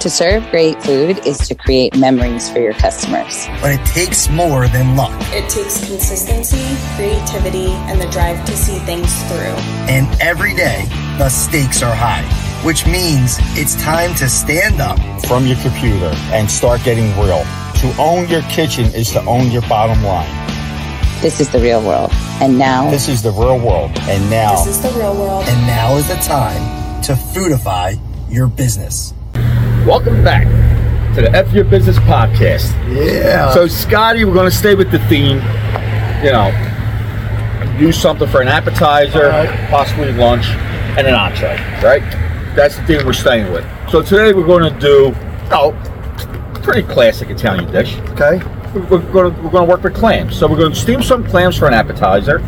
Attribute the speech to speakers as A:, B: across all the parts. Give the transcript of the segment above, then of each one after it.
A: To serve great food is to create memories for your customers.
B: But it takes more than luck.
C: It takes consistency, creativity, and the drive to see things through.
B: And every day, the stakes are high, which means it's time to stand up
D: from your computer and start getting real. To own your kitchen is to own your bottom line.
A: This is the real world. And now.
D: This is the real world. And now.
C: This is the real world.
B: And now is the time to foodify your business.
E: Welcome back to the F Your Business podcast.
B: Yeah.
E: So, Scotty, we're going to stay with the theme. You know, do something for an appetizer,
B: Alright.
E: possibly lunch, and an entree. Right? That's the theme we're staying with. So today we're going to do oh, pretty classic Italian dish.
B: Okay.
E: We're going to we're going to work with clams. So we're going to steam some clams for an appetizer,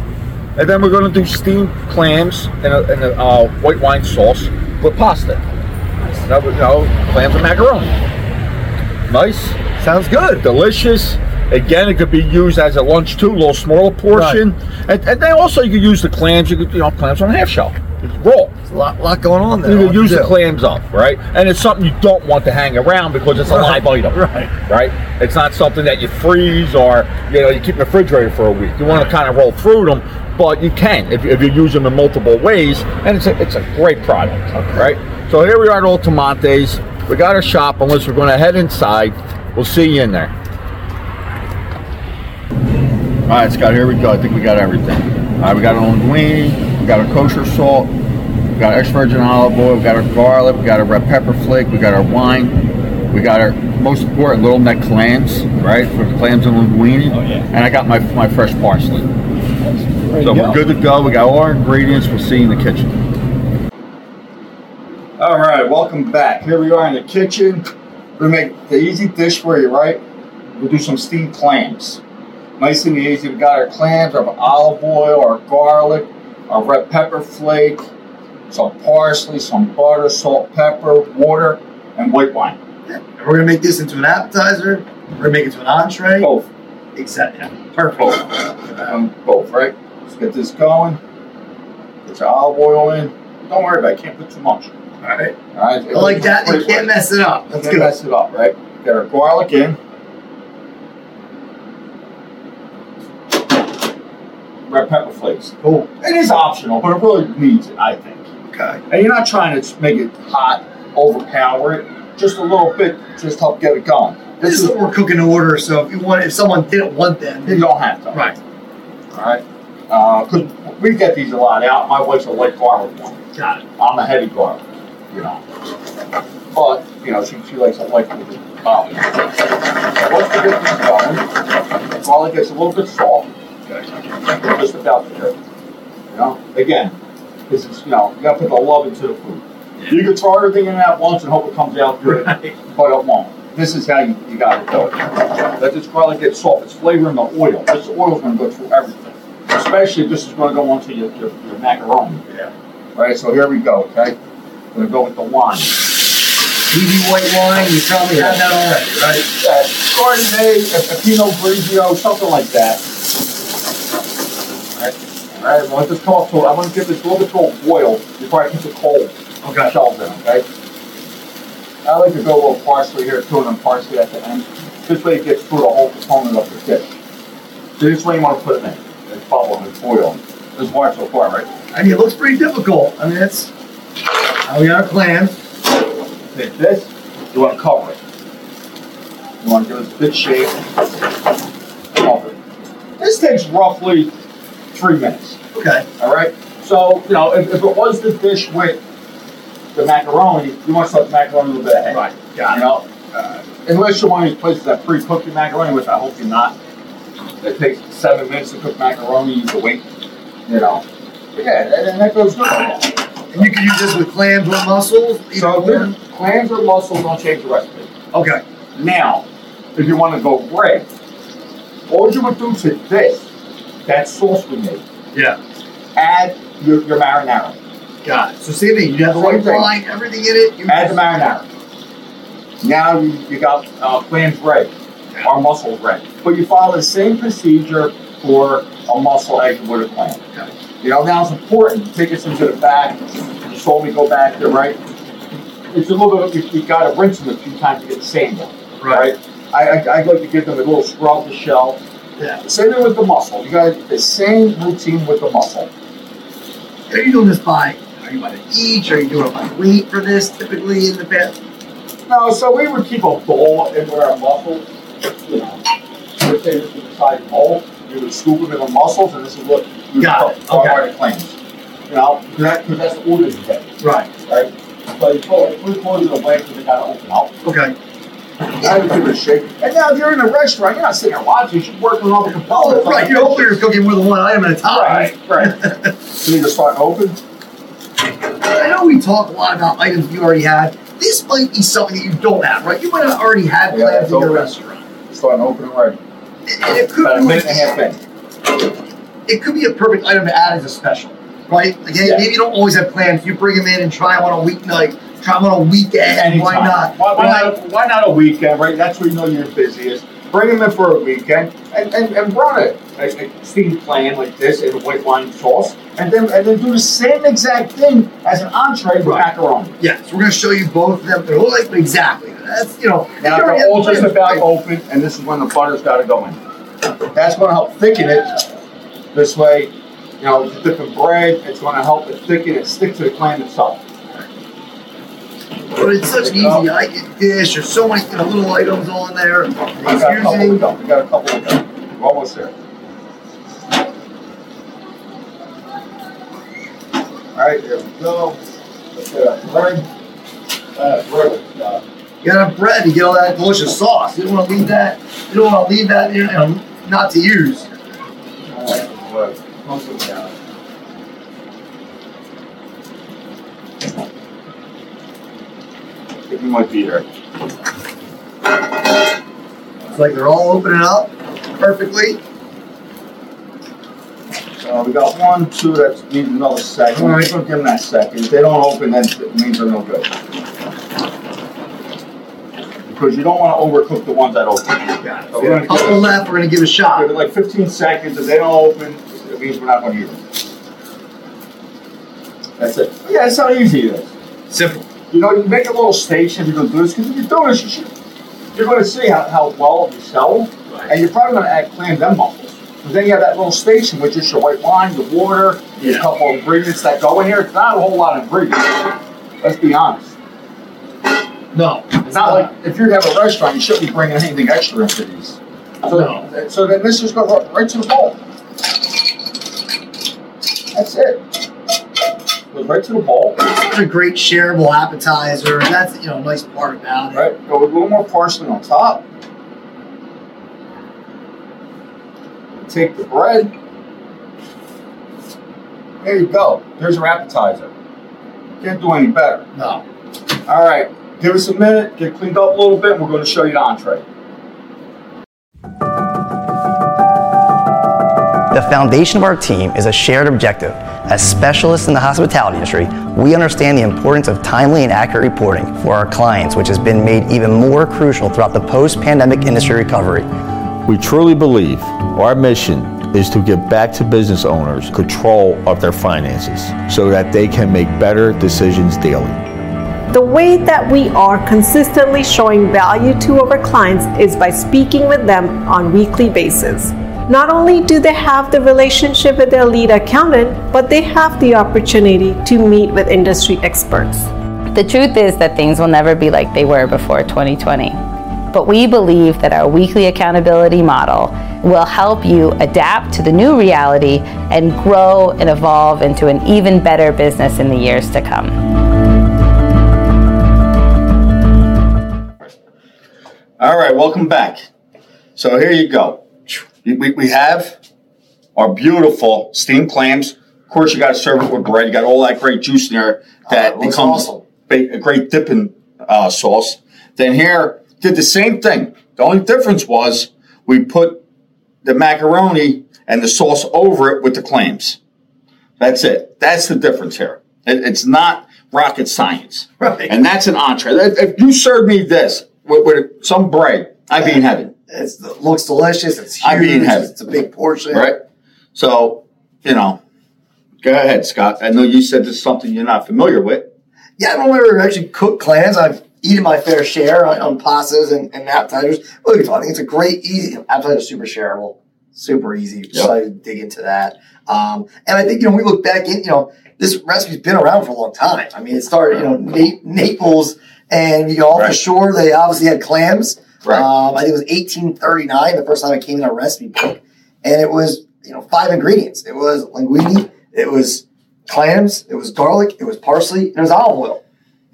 E: and then we're going to do steamed clams in a, in a uh, white wine sauce with pasta. That would, you know, clams and macaroni. Nice. Sounds good. Delicious. Again, it could be used as a lunch too, a little smaller portion. And, and then also you could use the clams. You could, you know, clams on a half shell, raw.
B: A lot, lot going on there.
E: You
B: What
E: can use
B: to
E: the
B: do?
E: clams up, right? And it's something you don't want to hang around because it's a
B: Right,
E: live item,
B: right.
E: Right? It's not something that you freeze or you know you keep in the refrigerator for a week. You want to kind of roll through them, but you can if, you- if you use them in multiple ways, and it's a, it's a great product, right? So here we are at Altamonte's. We got our shop. Unless we're going to head inside, we'll see you in there. All right, Scott. Here we go. I think we got everything. All right, we got our own linguine. We got our kosher salt. We got extra virgin olive oil. We got our garlic. We got our red pepper flake. We got our wine. We got our most important little neck clams, right? For the clams and linguine.
D: Oh, yeah.
E: And I got my my fresh parsley.
D: to
E: So we're
D: go.
E: good to go. We got all our ingredients. We'll see you in the kitchen. All right, welcome back. Here we are in the kitchen. We make the easy dish for you, right? We'll do some steamed clams. Nice and easy. We got our clams, our olive oil, our garlic, our red pepper flake, some parsley, some butter, salt, pepper, water, and white wine.
B: And We're gonna make this into an appetizer. We're gonna make it into an entree.
D: Oh.
E: Both,
B: Exactly. Yeah.
E: both, um, both, right? Let's get this going. Get your olive oil in. Don't worry about it. Can't put too much.
B: All right.
E: All right.
B: I like that. You can't mess it up. That's
E: Let's
B: good.
E: mess it up, right? Get our garlic in. Red pepper flakes.
B: Cool.
E: It is optional, but it really needs it, I think.
B: Okay.
E: And you're not trying to make it hot, overpower it, just a little bit, just help get it going.
B: This is what we're cooking to order. So if you want, if someone didn't want them,
E: you don't have to.
B: right.
E: All right. Because we get these a lot out. My wife's a light garlic one.
B: Got it.
E: I'm a heavy guard, you know. But, you know, she, she likes a light with it. Once we get this going, garlic gets a little bit soft, just about there. You know, again, this is, you know, you gotta put the love into the food. You can throw everything in at once and hope it comes out good, but
B: Right.
E: it won't. This is how you, you gotta do it. Let this garlic get soft, it's flavoring the oil. This oil's gonna go through everything. Especially, this is gonna go onto your, your, your macaroni.
B: Yeah.
E: Right, so here we go, okay? We're gonna go with the wine.
B: TV white wine. You probably have that already,
E: Right,
B: right?
E: uh, Chardonnay, a, a Pinot Grigio, something like that. Alright, alright, I want this come up to, I want to give this a little bit to a boil before I keep it cold.
B: Okay.
E: Shelves in, okay? I like to go a little parsley here too, and then parsley at the end. This way it gets through the whole component of the dish. So this way you wanna put it in, and follow and boil. This is hard so far, right?
B: I mean, it looks pretty difficult. I mean, that's how we got our plan.
E: Take this, you want to cover it. You want to give it a good shake. Cover it. This takes roughly three minutes.
B: Okay.
E: All right. So you know, if, if it was the dish with the macaroni, you want to start the macaroni a little bit ahead.
B: Right.
E: You
B: Got it.
E: know, uh, unless you're one of these places that pre-cook your macaroni, which I hope you're not. It takes seven minutes to cook macaroni. You can wait. You know. But yeah, and, and that goes good. with that.
B: And you can use this with clams or mussels. either
E: So
B: one.
E: this clams or mussels don't change the recipe.
B: Okay.
E: Now, if you want to go red, all you would do to this, that sauce we made,
B: Yeah.
E: add your, your marinara.
B: Got it. So same thing. You have the white
E: Same thing.
B: wine, everything in it. You
E: Add the marinara. Now you, you got uh, clams red or mussel red. But you follow the same procedure for a mussel as you would a clam.
B: Okay.
E: You know, now it's important. Take us into the back. You saw me go back there, right? it's a little bit, of- you, you gotta rinse them a few times to get the same one.
F: Right.
E: I, I, I like to give them a little scrub the shell. Yeah. Same thing with the muscle. You got the same routine with the muscle.
G: Are you doing this by, are you by the each? Are you doing it by weight for this typically in the past?
E: No, so we would keep a bowl in with our mussels, you know, we'd take this to the side bowl, you would scoop them in the mussels, and this is what you
G: Got
E: put
G: it,
E: on
G: okay.
E: our claims. You know, because that, 'cause that's the order you get,
G: Right.
E: right? But you put like three quarters of the way because they gotta open up.
G: Okay.
E: Now you give it a shake. And now if you're in a restaurant, you're not sitting there watching, you're working on the components.
G: Oh, right. You're hopefully you're cooking more than one item at a time.
E: Right, right. So you just start open.
G: I know we talk a lot about items you already had. This might be something that you don't have, right? You might not already have
E: Yeah,
G: plans
E: it's
G: in your
E: open.
G: restaurant.
E: Starting open already.
G: And- and it could
E: About a
G: be
E: minute and a half in.
G: it could be a perfect item to add as a special, right? Like, hey,
E: Yeah.
G: maybe you don't always have plans. You bring them in and try them on a weeknight, try them on a weekend. Why
E: Anytime.
G: not?
E: Why, why
G: Right.
E: not? Why not a weekend, right? That's where you know you're busiest. Bring them in for a weekend and, and, and run it. A, a steamed plan like this in a white wine sauce. And then and then do the same exact thing as an entree with
G: Right.
E: macaroni.
G: Yeah, so we're going to show you both of them. They're like exactly. That's you know.
E: Now
G: you already
E: they're
G: have
E: all just
G: plans,
E: about
G: right?
E: open, and this is when the butter's got to go in. That's going to help thicken it. This way, you know, with the different bread, it's going to help it thicken and stick to the clam itself.
G: But it's such an
E: There you
G: easy
E: go.
G: like, dish. There's so many you know, little items on there. It's
E: We got a couple to
G: using-
E: go. We got a couple to go. We're almost there. All right, there we go. Let's get our bread. Uh, bread. Uh,
G: You gotta have bread to get all that delicious sauce. You don't want to leave that. You don't want to leave that you know, not to use.
E: Right. Comes with that. I think we might be here.
G: It's like they're all opening up perfectly.
E: Uh, we got one, two that need another second. We're gonna give them that second. If they don't open, then it means they're no good. Because you don't want to overcook the ones that open.
G: Got it.
E: So we're gonna
G: Couple
E: give it-
G: left. We're gonna give it a
E: give
G: shot.
E: it like 15 seconds. If they don't open, it means we're not gonna use them. That's it. Yeah, that's how easy it is.
G: Simple.
E: You know, you make a little station if you're going to do this, because if you do this, you should, you're going to see how, how well you sell, and you're probably going to add clam and muffins. Because then you have that little station, which is your white wine, the water, a couple of ingredients that go in here. It's not a whole lot of ingredients. Let's be honest.
G: No,
E: It's not like if you have a restaurant, you shouldn't be bringing anything extra into these. So,
G: No.
E: so then this just goes right- right to the bowl. That's it. Goes right to the bowl.
G: It's a great shareable appetizer. and That's you know a nice part about it.
E: Right, go with a little more parsley on top. Take the bread. There you go. There's your appetizer. Can't do any better.
G: No.
E: All right, give us a minute, get cleaned up a little bit, and we're going to show you the entree.
H: The foundation of our team is a shared objective. As specialists in the hospitality industry, we understand the importance of timely and accurate reporting for our clients, which has been made even more crucial throughout the post pandemic industry recovery.
I: We truly believe our mission is to give back to business owners control of their finances so that they can make better decisions daily.
J: The way that we are consistently showing value to our clients is by speaking with them on weekly basis. Not only do they have the relationship with their lead accountant, but they have the opportunity to meet with industry experts.
K: The truth is that things will never be like they were before 2020. But we believe that our weekly accountability model will help you adapt to the new reality and grow and evolve into an even better business in the years to come.
E: All right, welcome back. So here you go. We, we- we have our beautiful steamed clams. Of course, you got to serve it with bread. You got all that great juice in there that
G: Oh, it looks
E: becomes
G: awesome.
E: ba- a great dipping uh, sauce. Then here, did the same thing. The only difference was we put the macaroni and the sauce over it with the clams. That's it. That's the difference here. It- it's not rocket science.
G: Right.
E: And that's an entree. If, if you served me this with, with some bread, I'd be in heaven,
G: It's, it looks delicious. It's huge.
E: I mean, have-
G: it's a big portion.
E: right? So, you know, go ahead, Scott. I know you said this is something you're not familiar with.
H: Yeah, I don't ever actually cook clams. I've eaten my fair share on, on pastas and, and appetizers. Really fun. I think it's a great, easy appetizer, super shareable, super easy. So I dig into that. Um, and I think you know we look back in. You know this recipe's been around for a long time. I mean, it started you know Na- Naples and you know off the
G: Right.
H: shore they obviously had clams.
G: Right.
H: Um, I think it was 1839 the first time it came in a recipe book, and it was you know five ingredients. It was linguine. It was clams. It was garlic. It was parsley. And it was olive oil.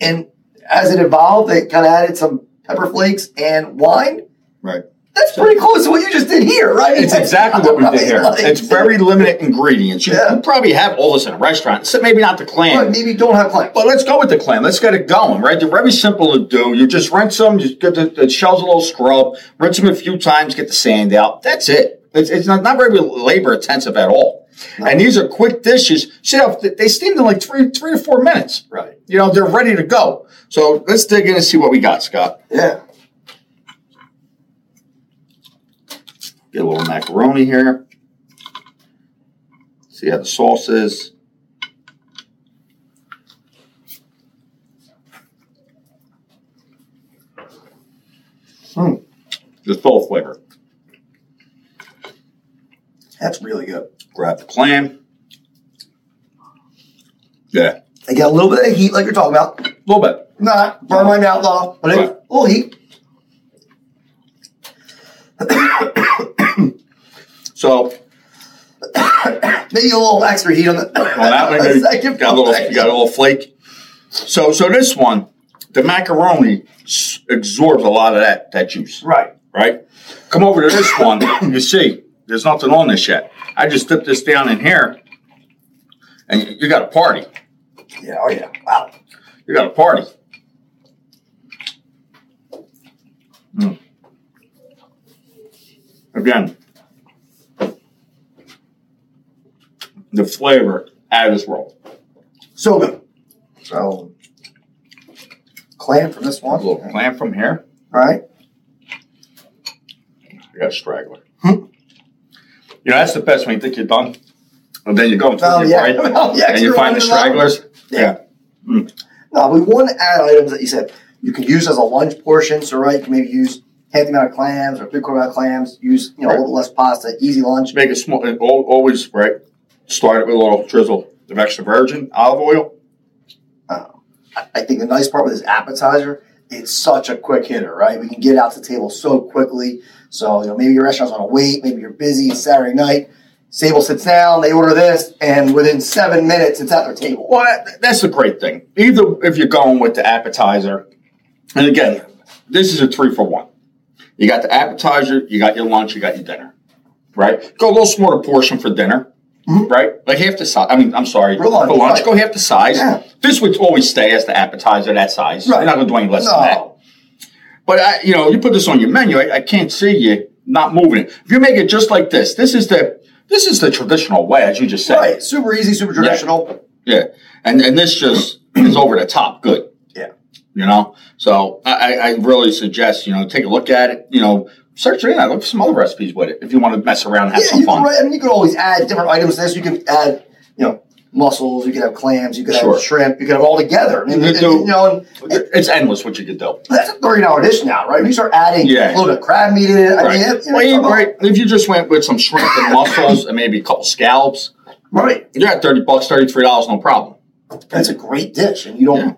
H: And as it evolved, they kind of added some pepper flakes and wine.
E: Right.
H: That's pretty close to what you just did here, right?
E: It's exactly what we did here.
H: Like-
E: It's very limited ingredients. You
H: Yeah.
E: you probably have all this in a restaurant, so maybe not the
H: But
E: clam.
H: maybe you don't have clam.
E: But let's go with the clam. Let's get it going, right? They're very simple to do. You just rinse them, just get the, the shells a little scrub, rinse them a few times, get the sand out. That's it. It's, it's not, not very labor intensive at all. And these are quick dishes. See how they they steamed in like three, three to four minutes.
H: Right.
E: You know, they're ready to go. So let's dig in and see what we got, Scott.
H: Yeah.
E: Get a little macaroni here. See how the sauce is. Hmm. The full flavor.
H: That's really good.
E: Grab the clam. Yeah.
H: They got a little bit of heat, like you're talking about.
E: A little bit.
H: Not burn my mouth off, but
E: Right.
H: a little heat.
E: So on
H: Maybe a little extra heat on the.
E: that one,
H: a
E: you
H: second
E: got a little,
H: bite.
E: you got a little flake. So so this one, the macaroni s- absorbs a lot of that that juice.
H: Right.
E: right? Come over to this one. You see, there's nothing on this yet. I just dipped this down in here, and you- you got a party.
H: Yeah. Oh yeah. Wow.
E: You got a party. Mm. Again, the flavor out of this world.
H: So good. So clam from this
E: A
H: one.
E: little clam from here.
H: Right.
E: I got a straggler. You know that's the best when you think you're done, and then you go into
H: Oh,
E: your
H: yeah.
E: break,
H: Oh, yeah, 'cause
E: and you
H: you're
E: find the
H: running out.
E: stragglers. yeah.
H: No, we want to add items that you said you can use as a lunch portion. So, right, you can maybe use half the amount of clams or three quarter amount of clams. Use you know a
E: Right.
H: little less pasta, easy lunch.
E: Just make it small. and al- Always right. Start it with a little drizzle of extra virgin olive oil.
H: I think the nice part with this appetizer, it's such a quick hitter, right? We can get out to the table so quickly. So, you know, maybe your restaurant's on a wait, maybe you're busy, it's Saturday night. Sable sits down, they order this, and within seven minutes, it's at their table.
E: Well, that, that's the great thing. Either if you're going with the appetizer, and again, this is a three for one. You got the appetizer, you got your lunch, you got your dinner, right? Go a little smaller portion for dinner, right? Like half the size. I mean, I'm sorry,
H: For lunch, Mm-hmm. right.
E: go half the size.
H: Yeah.
E: This would always stay as the appetizer that size.
H: Right.
E: You're not going to do any less than that.
H: No.
E: But I, you know, you put this on your menu. I, I can't see you not moving it. If you make it just like this, this is the this is the traditional way, as you just said.
H: Right. Super easy, super traditional.
E: Yeah. And and this just is over the top. Good.
H: Yeah.
E: You know. So I, I I really suggest you know take a look at it. You know, search it in. I look for some other recipes with it if you want to mess around, and have
H: Yeah,
E: some
H: you
E: fun.
H: can, right, I mean, you could always add different items to this. You could add, you know, mussels, you could have clams, you could
E: Sure. Mm-hmm.
H: have shrimp, you could have all together. I mean,
E: You
H: it-
E: do-
H: you know, and
E: It's endless what you could do.
H: that's a $30 dish now, right? We start adding
E: Yeah.
H: a little bit of crab meat in it. I
E: Right.
H: mean, it, you know,
E: Well, you-
H: come on.
E: right. If you just went with some shrimp and mussels and maybe a couple scallops,
H: Right.
E: you're at thirty bucks, thirty three dollars, no problem.
H: That's a great dish, and you don't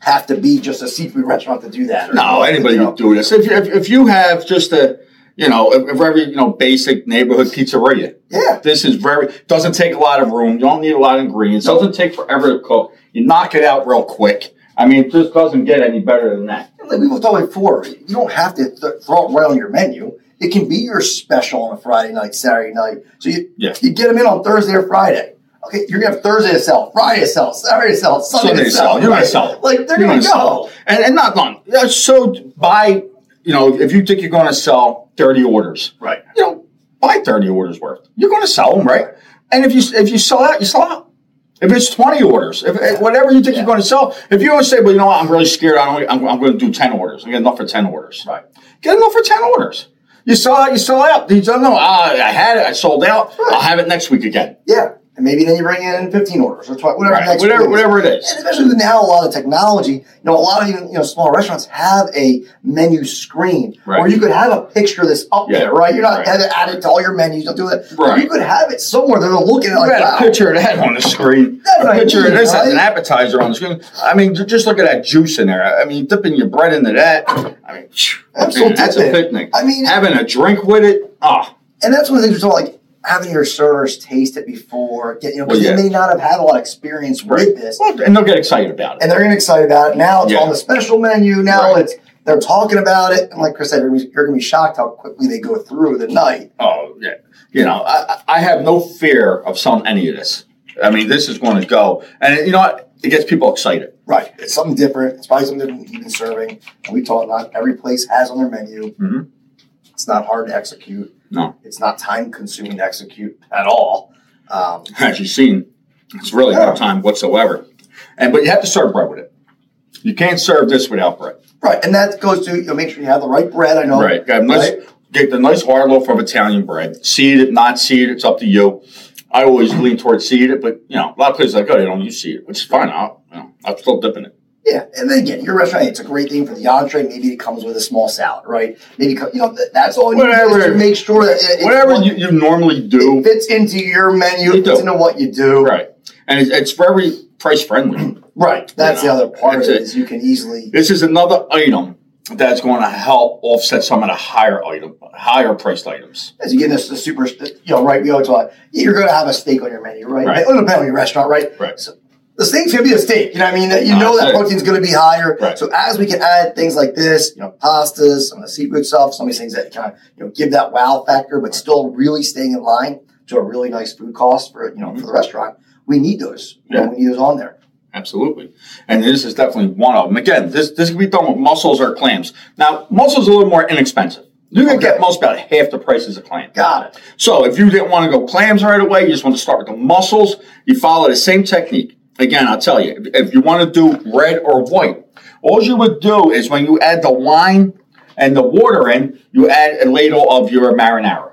H: have to be just a seafood restaurant to do that. or-
E: No, anybody
H: you know.
E: can do this. If, you- if, if you have just a, you know, a, a very, you know, basic neighborhood pizzeria,
H: Yeah.
E: this is very, doesn't take a lot of room. You don't need a lot of ingredients. Doesn't take forever to cook. You knock it out real quick. I mean, it just doesn't get any better than that.
H: Like we've talked before, you don't have to th- throw it right on your menu. It can be your special on a Friday night, Saturday night. So you
E: Yeah.
H: you get them in on Thursday or Friday. Okay, you're gonna have Thursday to sell, Friday to sell, Saturday to sell, Sunday,
E: Sunday
H: to
E: sell.
H: sell.
E: You're gonna
H: right?
E: sell.
H: Like they're
E: You're
H: gonna,
E: gonna
H: go.
E: sell. And, and not long. Yeah, So buy, you know, if you think you're going to sell 30 orders,
H: Right.
E: you know, buy 30 orders worth. You're going to sell them, right? And if you if you sell out, you sell out. If it's 20 orders, if, if whatever you think you're going to sell, if you always say, well, you know what, I'm really scared. I don't, I'm, I'm going to do 10 orders. I get enough for 10 orders. Right. Get enough for 10 orders. "Ah, You sell out, you sell out. You don't know, I, I had it, I sold out. I'll have it next week again.
H: Yeah. and maybe then you bring in 15 orders or 20, whatever.
E: Right,
H: the next
E: whatever-
H: one
E: whatever it is.
H: And especially with now a lot of technology, you know, a lot of even you know small restaurants have a menu screen
E: Right.
H: where you could have a picture that's up
E: Yeah,
H: there, right? You're not
E: right.
H: had to add it to all your menus. Don't do that. But
E: Right.
H: You could have it somewhere. They're looking at it
E: You
H: like,
E: had
H: wow.
E: a picture of that on the screen.
H: That's
E: a
H: what I
E: picture
H: mean,
E: of this as
H: right?
E: an appetizer on the screen. I mean, ju- just look at that juice in there. I mean, dipping your bread into that. I mean, phew,
H: Absolute
E: that's a
H: tidbit.
E: picnic.
H: I mean-
E: having a drink with it. Ah,
H: and that's one of the things we're talking, like having your servers taste it before, get, you know, 'cause
E: Well, yeah.
H: they may not have had a lot of experience with this.
E: Well, and they'll get excited about it.
H: and they're getting excited about it. Now it's
E: Yeah.
H: on the special menu. Now
E: Right.
H: it's they're talking about it, and like Chris said, you're, gonna be- you're going to be shocked how quickly they go through the night.
E: oh yeah you know i i I have no fear of selling any of this i mean this is going to go and you know what it gets people excited
H: Right, it's something different. It's probably something different you've been serving. And we taught not every place has on their menu.
E: Mhm.
H: It's not hard to execute.
E: no
H: It's not time consuming to execute at all. Um,
E: as you've seen it's really no time whatsoever and but you have to serve bread with it you can't serve this without bread
H: right, and that goes to you know, make sure you have the right bread. I know.
E: right Got a nice,
H: right?
E: get the nice hard loaf of italian bread seeded not seeded it's up to you i always lean towards seeded but you know a lot of places like oh they don't use seeded which is fine i'll you know, i'm still dipping it
H: Yeah, and then again, your restaurant, it's a great thing for the entree. Maybe it comes with a small salad, right? Maybe, co- you know, th- that's all you do is
E: Whatever.
H: to make sure that it, it's
E: whatever
H: one-
E: you, you normally do
H: it fits into your menu,
E: You
H: it fits
E: do.
H: into what you do.
E: Right. And it's, it's very price friendly.
H: Right. That's
E: You know,
H: the other part of
E: that's
H: it
E: it.
H: is you can easily
E: This is another item that's going to help offset some of the higher item, higher priced items.
H: as you get into the super you know, right, we always talk you're gonna have a steak on your menu, right?
E: Right.
H: It'll depend on your restaurant, right?
E: Right.
H: So the steak's gonna be a steak. You know what I mean? That- You
E: No,
H: know
E: that's
H: that
E: it.
H: protein's gonna be higher.
E: Right.
H: So as we can add things like this, you know, pastas, some of the seafood stuff, some of these things that kind of you know give that wow factor, but still really staying in line to a really nice food cost for you know for the restaurant. We need those. You know,
E: Mm-hmm. Yeah.
H: we need those on there.
E: Absolutely. And this is definitely one of them. Again, this, this can be done with mussels or clams. Now, mussels are a little more inexpensive. You can
H: Okay.
E: get most about half the price as a clam.
H: Got it.
E: So if you didn't want to go clams right away, you just want to start with the mussels, you follow the same technique. Again, I'll tell you, if, if you want to do red or white, all you would do is when you add the wine and the water in, you add a ladle of your marinara.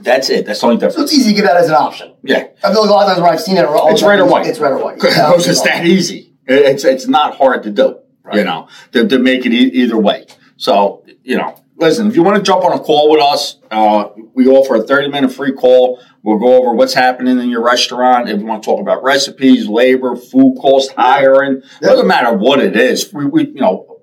E: That's it. That's the only
H: So it's
E: difference.
H: easy to give that as an option.
E: Yeah.
H: I feel like a lot of times when I've seen it, all
E: It's red or white.
H: It's red or white. Yeah,
E: It's just
H: you know.
E: that easy. It- It's it's not hard to do. You know, to, to make it e- either way. So you know, listen. If you want to jump on a call with us, uh, we offer a thirty minute free call. We'll go over what's happening in your restaurant. If you want to talk about recipes, labor, food cost, hiring, doesn't matter what it is. We, we you know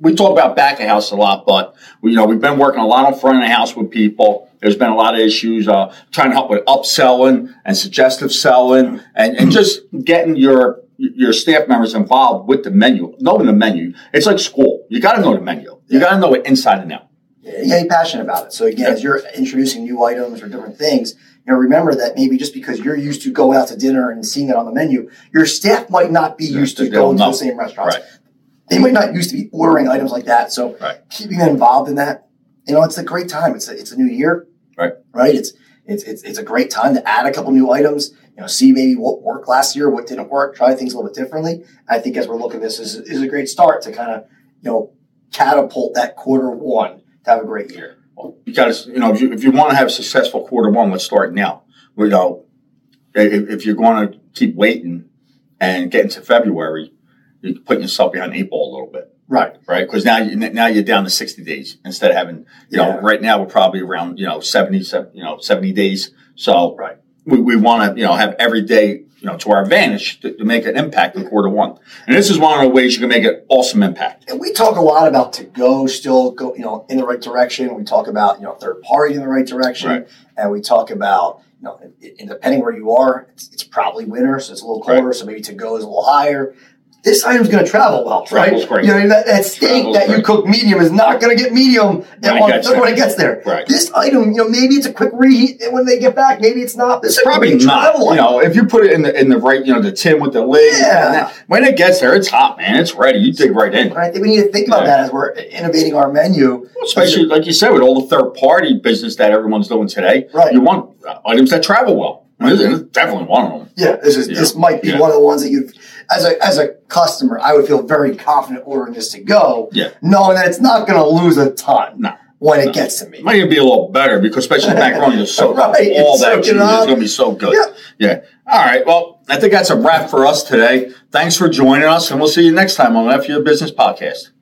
E: we talk about back of house a lot, but we, you know we've been working a lot on front of the house with people. There's been a lot of issues uh, trying to help with upselling and suggestive selling, and, and just getting your your staff members involved with the menu, knowing the menu. It's like school. You got to know the menu. You got to know it inside and out.
H: yeah, you're passionate about it. So again, as you're introducing new items or different things, you know, remember that maybe just because you're used to going out to dinner and seeing it on the menu, your staff might not be used to
E: they don't
H: going to
E: know.
H: the same restaurants.
E: Right.
H: They might not used to be ordering items like that. So
E: Right.
H: keeping them involved in that, you know, it's a great time. It's a, it's a new year,
E: Right.
H: right? It's, it's it's it's a great time to add a couple new items. You know, see maybe what worked last year, what didn't work, try things a little bit differently. I think as we're looking, at this is is a great start to kind of you know catapult that quarter one to have a great year.
E: You got to you know if you, if you want to have a successful quarter one, let's start now. You know, if, if you're going to keep waiting and get into February, you're putting yourself behind the eight ball a little bit.
H: Right.
E: right? Because now you now you're down to sixty days instead of having you
H: Yeah.
E: know right now we're probably around you know 70, se- you know seventy days. So
H: Right.
E: we, we want to you know have every day you know to our advantage to, to make an impact in quarter one, and this is one of the ways you can make an awesome impact.
H: And we talk a lot about to go still go, you know, in the right direction. We talk about, you know, third party in the right direction.
E: Right.
H: And we talk about, you know, and- and depending where you are, it's, it's probably winter, so it's a little
E: Right.
H: colder, so maybe to go is a little higher. This item's going to travel well,
E: Travel's
H: right?
E: great.
H: You know, that, that steak
E: Travel's
H: that you
E: great.
H: cook medium is not going to get medium
E: When
H: and
E: it
H: when,
E: gets
H: when
E: there.
H: it gets there.
E: Right.
H: This item, you know, maybe it's a quick reheat, and when they get back, maybe it's not. This
E: It's
H: is a
E: probably
H: great
E: not.
H: travel
E: You
H: item.
E: know, if you put it in the in the right, you know, the tin with the lid. and
H: Yeah.
E: that, when it gets there, it's hot, man. It's ready. You dig right in.
H: And I think we need to think about
E: Yeah.
H: that as we're innovating our menu.
E: Especially like you said, with all the third party business that everyone's doing today,
H: Right.
E: you want uh, items that travel well. And This is definitely one of them.
H: Yeah, this is this
E: Yeah.
H: might be
E: Yeah.
H: one of the ones that you, as a as a customer, I would feel very confident ordering this to go,
E: Yeah.
H: knowing that it's not going to lose a ton.
E: No.
H: when it gets to me.
E: Might even be a little better because especially the macaroni is soaked up.
H: Right,
E: All
H: it's
E: that
H: soaking
E: cheese is
H: up.
E: going to be so good.
H: Yeah.
E: Yeah. All right. Well, I think that's a wrap for us today. Thanks for joining us, and we'll see you next time on FU Business Podcast.